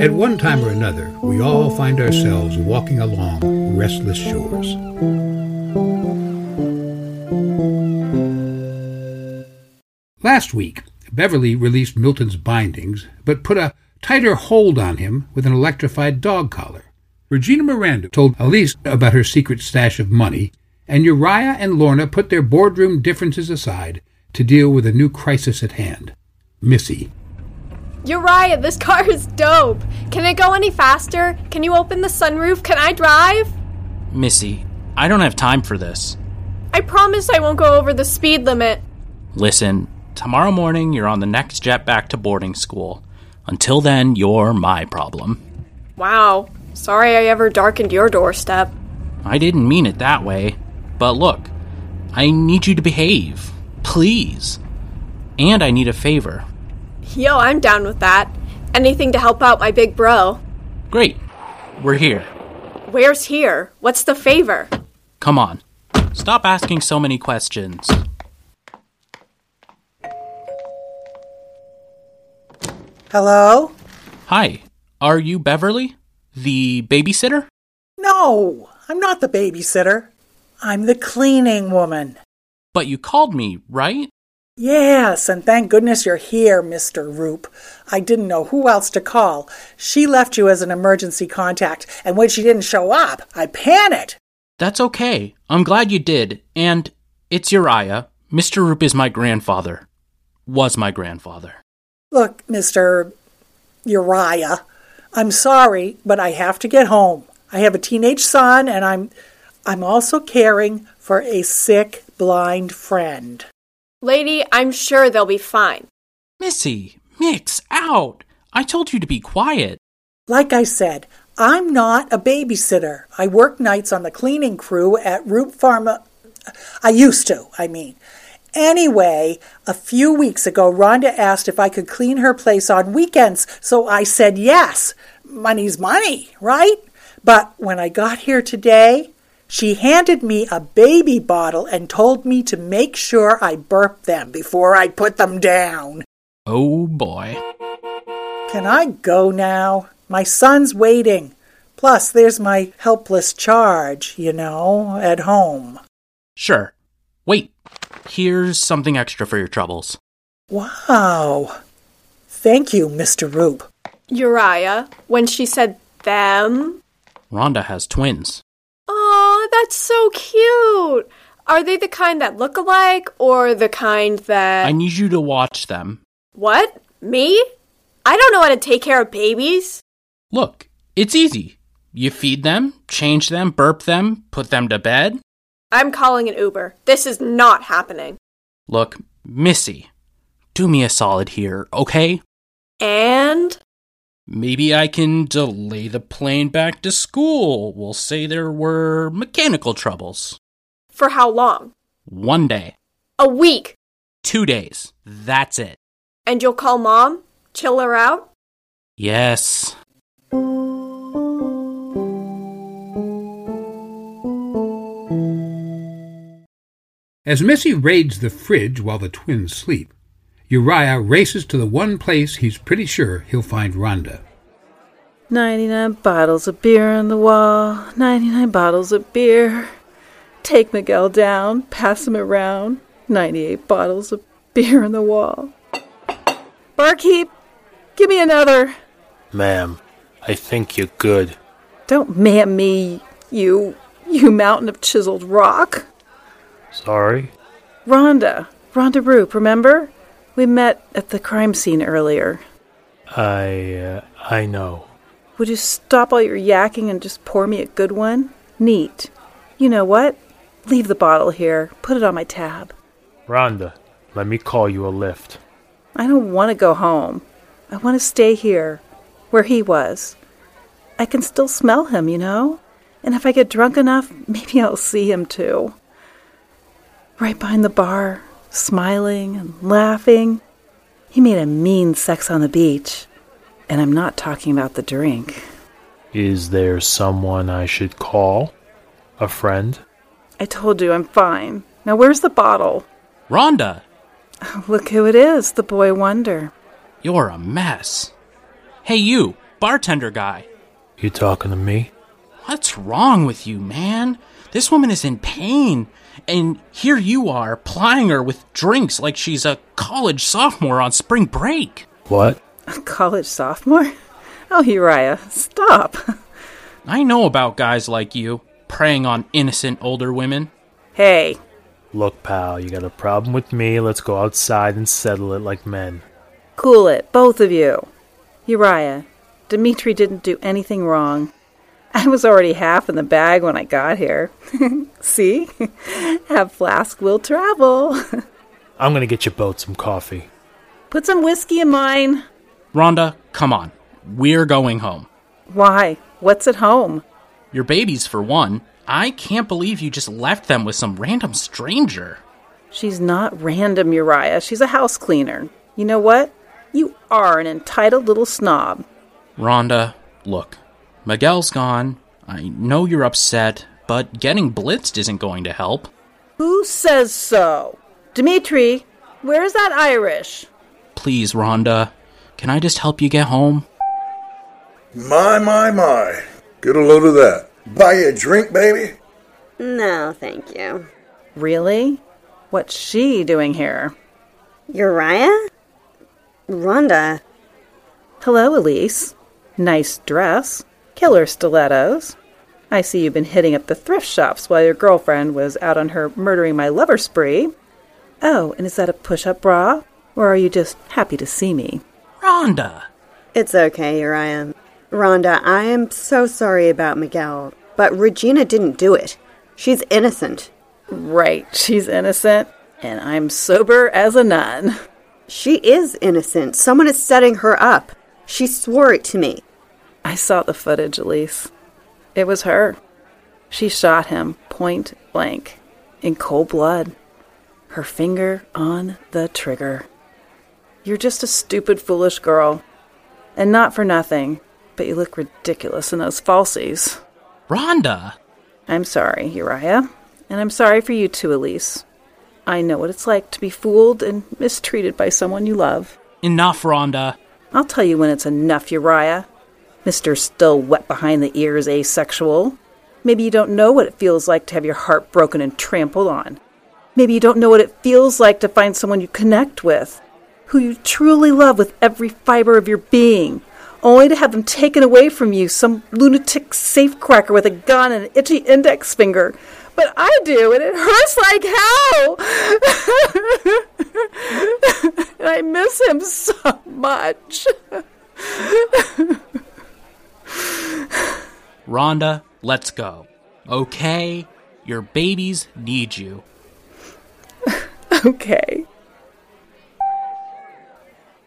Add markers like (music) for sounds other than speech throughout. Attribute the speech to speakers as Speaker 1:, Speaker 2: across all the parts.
Speaker 1: At one time or another, we all find ourselves walking along restless shores. Last week, Beverly released Milton's bindings, but put a tighter hold on him with an electrified dog collar. Regina Miranda told Elise about her secret stash of money, and Uriah and Lorna put their boardroom differences aside to deal with a new crisis at hand Missy.
Speaker 2: Uriah, this car is dope. Can it go any faster? Can you open the sunroof? Can I drive?
Speaker 3: Missy, I don't have time for this.
Speaker 2: I promise I won't go over the speed limit.
Speaker 3: Listen, tomorrow morning you're on the next jet back to boarding school. Until then, you're my problem.
Speaker 2: Wow. Sorry I ever darkened your doorstep.
Speaker 3: I didn't mean it that way. But look, I need you to behave. Please. And I need a favor.
Speaker 2: Yo, I'm down with that. Anything to help out my big bro.
Speaker 3: Great. We're here.
Speaker 2: Where's here? What's the favor?
Speaker 3: Come on. Stop asking so many questions.
Speaker 4: Hello?
Speaker 3: Hi, are you Beverly? The babysitter?
Speaker 4: No, I'm not the babysitter. I'm the cleaning woman.
Speaker 3: But you called me, right?
Speaker 4: Yes, and thank goodness you're here, Mr. Roop. I didn't know who else to call. She left you as an emergency contact, and when she didn't show up, I panicked.
Speaker 3: That's okay. I'm glad you did. And it's Uriah. Mr. Roop is my grandfather. Was my grandfather.
Speaker 4: Look, Mr. Uriah, I'm sorry, but I have to get home. I have a teenage son, and I'm I'm also caring for a sick blind friend.
Speaker 2: Lady, I'm sure they'll be fine.
Speaker 3: Missy, mix out. I told you to be quiet.
Speaker 4: Like I said, I'm not a babysitter. I work nights on the cleaning crew at Root Pharma. I used to, I mean. Anyway, a few weeks ago, Rhonda asked if I could clean her place on weekends, so I said yes. Money's money, right? But when I got here today, she handed me a baby bottle and told me to make sure I burp them before I put them down.
Speaker 3: Oh boy.
Speaker 4: Can I go now? My son's waiting. Plus, there's my helpless charge, you know, at home.
Speaker 3: Sure. Wait. Here's something extra for your troubles.
Speaker 4: Wow. Thank you, Mr. Roop.
Speaker 2: Uriah, when she said them.
Speaker 3: Rhonda has twins.
Speaker 2: Aw, that's so cute. Are they the kind that look alike or the kind that.
Speaker 3: I need you to watch them.
Speaker 2: what? Me? I don't know how to take care of babies.
Speaker 3: Look, it's easy. You feed them, change them, burp them, put them to bed.
Speaker 2: I'm calling an Uber. This is not happening.
Speaker 3: Look, Missy, do me a solid here, okay?
Speaker 2: And.
Speaker 3: Maybe I can delay the plane back to school. We'll say there were mechanical troubles.
Speaker 2: For how long?
Speaker 3: One day,
Speaker 2: A week.
Speaker 3: two days, that's it.
Speaker 2: And you'll call mom? Chill her out?
Speaker 3: Yes.
Speaker 1: As Missy raids the fridge while the twins sleep, Uriah races to the one place he's pretty sure he'll find Rhonda.
Speaker 5: 99 bottles of beer on the wall, 99 bottles of beer. Take Miguel down, pass him around, 98 bottles of beer on the wall. Barkeep, give me another.
Speaker 6: Ma'am, I think you're good.
Speaker 5: Don't man me, you, you mountain of chiseled rock.
Speaker 6: Sorry?
Speaker 5: Rhonda, Rhonda Roop, remember? We met at the crime scene earlier.
Speaker 6: I, uh, I know.
Speaker 5: Would you stop all your yakking and just pour me a good one? Neat. You know what? Leave the bottle here. Put it on my tab.
Speaker 6: Rhonda, let me call you a lift.
Speaker 5: I don't want to go home. I want to stay here, where he was. I can still smell him, you know? And if I get drunk enough, (laughs) maybe I'll see him too. Right behind the bar, smiling and laughing. He made a mean sex on the beach. And I'm not talking about the drink.
Speaker 6: Is there someone I should call? A friend?
Speaker 5: I told you I'm fine. Now where's the bottle? (laughs)
Speaker 3: Rhonda,
Speaker 5: Look who it is, the boy wonder.
Speaker 3: you're a mess. Hey, you, bartender guy.
Speaker 6: You talking to me?
Speaker 3: What's wrong with you, man? This woman is in pain, and here you are plying her with drinks like she's a college sophomore on spring break.
Speaker 6: What?
Speaker 5: A college sophomore? (laughs) Oh, Uriah, stop. (laughs)
Speaker 3: I know about guys like you preying on innocent older women.
Speaker 5: Hey,
Speaker 6: Look, pal, you got a problem with me. Let's go outside and settle it like men.
Speaker 5: cool it, both of you. Uriah, Dimitri didn't do anything wrong. I was already half in the bag when I got here. (laughs) See? (laughs) Have flask will travel.
Speaker 6: I'm gonna get you both some coffee.
Speaker 5: Put some whiskey in mine.
Speaker 3: Rhonda, come on. We're going home.
Speaker 5: Why? What's at home?
Speaker 3: Your babies, for one. I can't believe you just left them with some random stranger.
Speaker 5: She's not random, Uriah. She's a house cleaner. You know what? You are an entitled little snob.
Speaker 3: Rhonda, look. Miguel's gone. I know you're upset, but getting blitzed isn't going to help.
Speaker 5: Who says so? Dimitri, where's that Irish?
Speaker 3: Please, Rhonda, can I just help you get home?
Speaker 7: My, my, my. Get a load of that. Buy you a drink, baby?
Speaker 8: No, thank you.
Speaker 5: Really? What's she doing here?
Speaker 8: Uriah? Rhonda,
Speaker 5: Hello, Elise. Nice dress. Killer stilettos. I see you've been hitting up the thrift shops while your girlfriend was out on her murdering my lover spree. Oh, and is that a push up bra? Or are you just happy to see me?
Speaker 3: Rhonda!
Speaker 8: it's okay, Uriah. Rhonda, I am so sorry about Miguel, but Regina didn't do it. She's innocent.
Speaker 5: Right, she's innocent, and I'm sober as a nun.
Speaker 8: She is innocent. Someone is setting her up. She swore it to me.
Speaker 5: I saw the footage, Elise. It was her. She shot him point blank in cold blood, her finger on the trigger. You're just a stupid, foolish girl. And not for nothing, but you look ridiculous in those falsies.
Speaker 3: Rhonda!
Speaker 5: I'm sorry, Uriah. And I'm sorry for you too, Elise. I know what it's like to be fooled and mistreated by someone you love.
Speaker 3: Enough, Rhonda.
Speaker 5: I'll tell you when it's enough, Uriah. Mr. Still Wet Behind the Ears Asexual. Maybe you don't know what it feels like to have your heart broken and trampled on. Maybe you don't know what it feels like to find someone you connect with, who you truly love with every fiber of your being, only to have them taken away from you, some lunatic safecracker with a gun and an itchy index finger. But I do, and it hurts like hell! (laughs) and I miss him so much.
Speaker 3: Rhonda, let's go. Okay? Your babies need you.
Speaker 5: (laughs) Okay.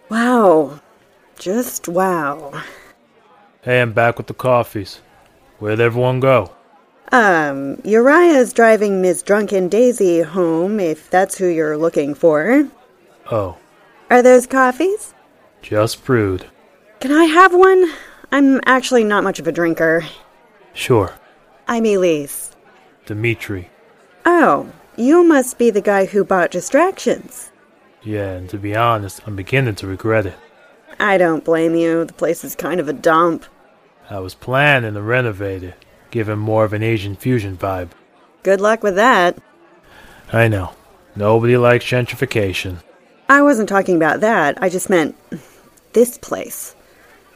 Speaker 8: Wow. Just wow.
Speaker 6: Hey, I'm back with the coffees. Where'd everyone go?
Speaker 8: Um, Uriah's driving Miss Drunken Daisy home, if that's who you're looking for.
Speaker 6: Oh,
Speaker 8: Are those coffees?
Speaker 6: just brewed.
Speaker 8: Can I have one? I'm actually not much of a drinker.
Speaker 6: Sure,
Speaker 8: I'm Elise.
Speaker 6: Dimitri.
Speaker 8: Oh, you must be the guy who bought distractions.
Speaker 6: Yeah, and to be honest, I'm beginning to regret it.
Speaker 8: I don't blame you. The place is kind of a dump.
Speaker 6: I was planning to renovate it, give it more of an Asian fusion vibe.
Speaker 8: Good luck with that.
Speaker 6: I know. Nobody likes gentrification.
Speaker 8: I wasn't talking about that. I just meant this place.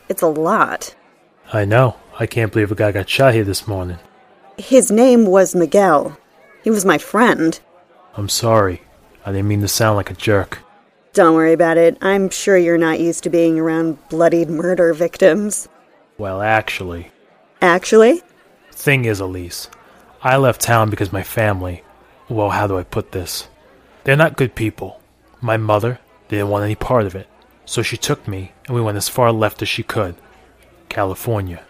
Speaker 8: It's a lot.
Speaker 6: I know. I can't believe a guy got shot here this morning.
Speaker 8: His name was Miguel. He was my friend.
Speaker 6: I'm sorry. I didn't mean to sound like a jerk.
Speaker 8: Don't worry about it. I'm sure you're not used to being around bloodied murder victims.
Speaker 6: Well, actually,
Speaker 8: Actually,
Speaker 6: thing is, Elise, I left town because my family. Well, how do I put this? They're not good people. My mother didn't want any part of it, so she took me and we went as far left as she could. California.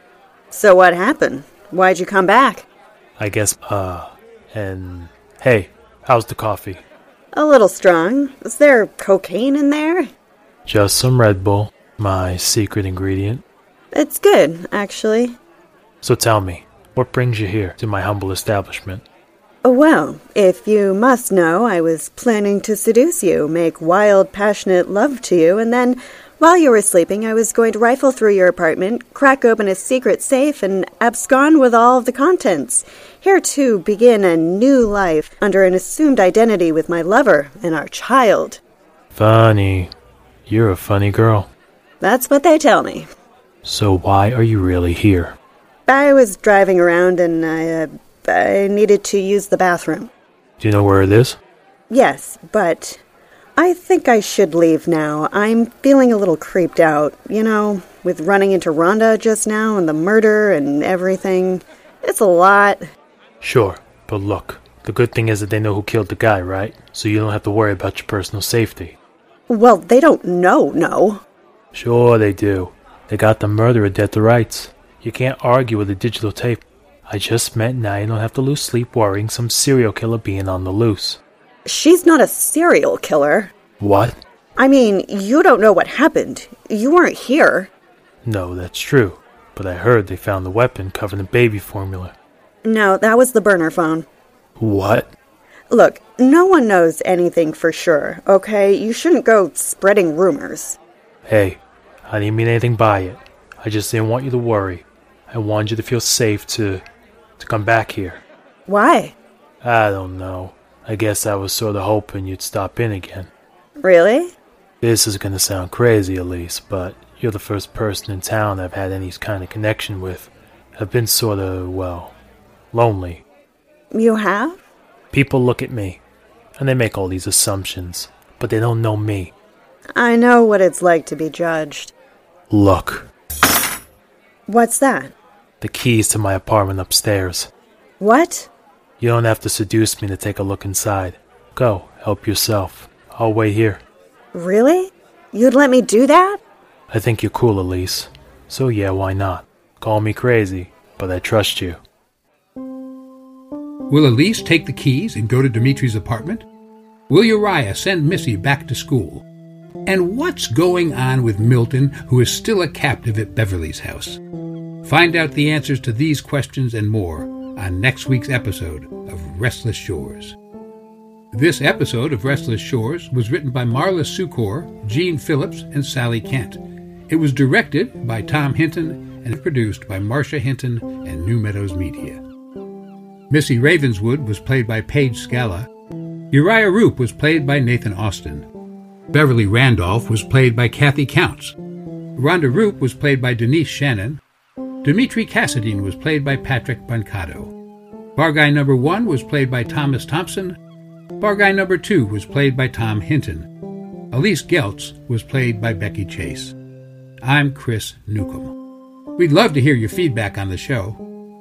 Speaker 8: so what happened? Why'd you come back?
Speaker 6: I guess, uh, and hey, how's the coffee?
Speaker 8: A little strong. Is there cocaine in there?
Speaker 6: Just some Red Bull, my secret ingredient.
Speaker 8: It's good, actually.
Speaker 6: So tell me, what brings you here to my humble establishment?
Speaker 8: Oh, well, if you must know, I was planning to seduce you, make wild, passionate love to you, and then While you were sleeping, I was going to rifle through your apartment, crack open a secret safe, and abscond with all of the contents. Here, to begin a new life under an assumed identity with my lover and our child.
Speaker 6: Funny. You're a funny girl.
Speaker 8: That's what they tell me.
Speaker 6: So why are you really here?
Speaker 8: I was driving around and I, uh, I needed to use the bathroom.
Speaker 6: Do you know where it is?
Speaker 8: Yes, but I think I should leave now. I'm feeling a little creeped out, you know, with running into Rhonda just now and the murder and everything. It's a lot.
Speaker 6: Sure, but look, the good thing is that they know who killed the guy, right? So you don't have to worry about your personal safety.
Speaker 8: Well, they don't know, no.
Speaker 6: Sure, they do. They got the murderer dead to rights. You can't argue with a digital tape. I just meant now you don't have to lose sleep worrying some serial killer being on the loose.
Speaker 8: She's not a serial killer.
Speaker 6: What?
Speaker 8: I mean, you don't know what happened. You weren't here.
Speaker 6: No, that's true. But I heard they found the weapon covered in baby formula.
Speaker 8: No, that was the burner phone.
Speaker 6: What?
Speaker 8: Look, no one knows anything for sure, okay? You shouldn't go spreading rumors.
Speaker 6: Hey, I didn't mean anything by it. I just didn't want you to worry. I wanted you to feel safe to to come back here.
Speaker 8: Why?
Speaker 6: I don't know. I guess I was sort of hoping you'd stop in again.
Speaker 8: Really?
Speaker 6: This is going to sound crazy, Elise, but you're the first person in town I've had any kind of connection with. I've been sort of, well, lonely.
Speaker 8: You have?
Speaker 6: People look at me, and they make all these assumptions, but they don't know me.
Speaker 8: I know what it's like to be judged.
Speaker 6: Look,
Speaker 8: What's that?
Speaker 6: the keys to my apartment upstairs.
Speaker 8: What?
Speaker 6: You don't have to seduce me to take a look inside. Go, help yourself. I'll wait here.
Speaker 8: Really? You'd let me do that?
Speaker 6: I think you're cool, Elise. So yeah, why not? Call me crazy, but I trust you.
Speaker 1: Will Elise take the keys and go to Dimitri's apartment? Will Uriah send Missy back to school? And what's going on with Milton, who is still a captive at Beverly's house? Find out the answers to these questions and more on next week's episode of Restless Shores. This episode of Restless Shores was written by Marla Sukor, Gene Phillips, and Sally Kent. It was directed by Tom Hinton and produced by Marcia Hinton and New Meadows Media. Missy Ravenswood was played by Paige Scala. Uriah Roop was played by Nathan Austin. Beverly Randolph was played by Kathy Counts. Rhonda Roop was played by Denise Shannon. Dimitri Cassadine was played by Patrick Brancato. Bar Guy Number 1 was played by Thomas Thompson. Bar Guy Number 2 was played by Tom Hinton. Elise Geltz was played by Becky Chase. I'm Chris Newcomb. We'd love to hear your feedback on the show.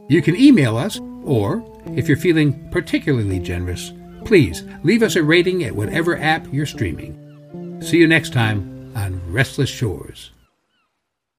Speaker 1: You can email us, or if you're feeling particularly generous, please leave us a rating at whatever app you're streaming. See you next time on Restless Shores.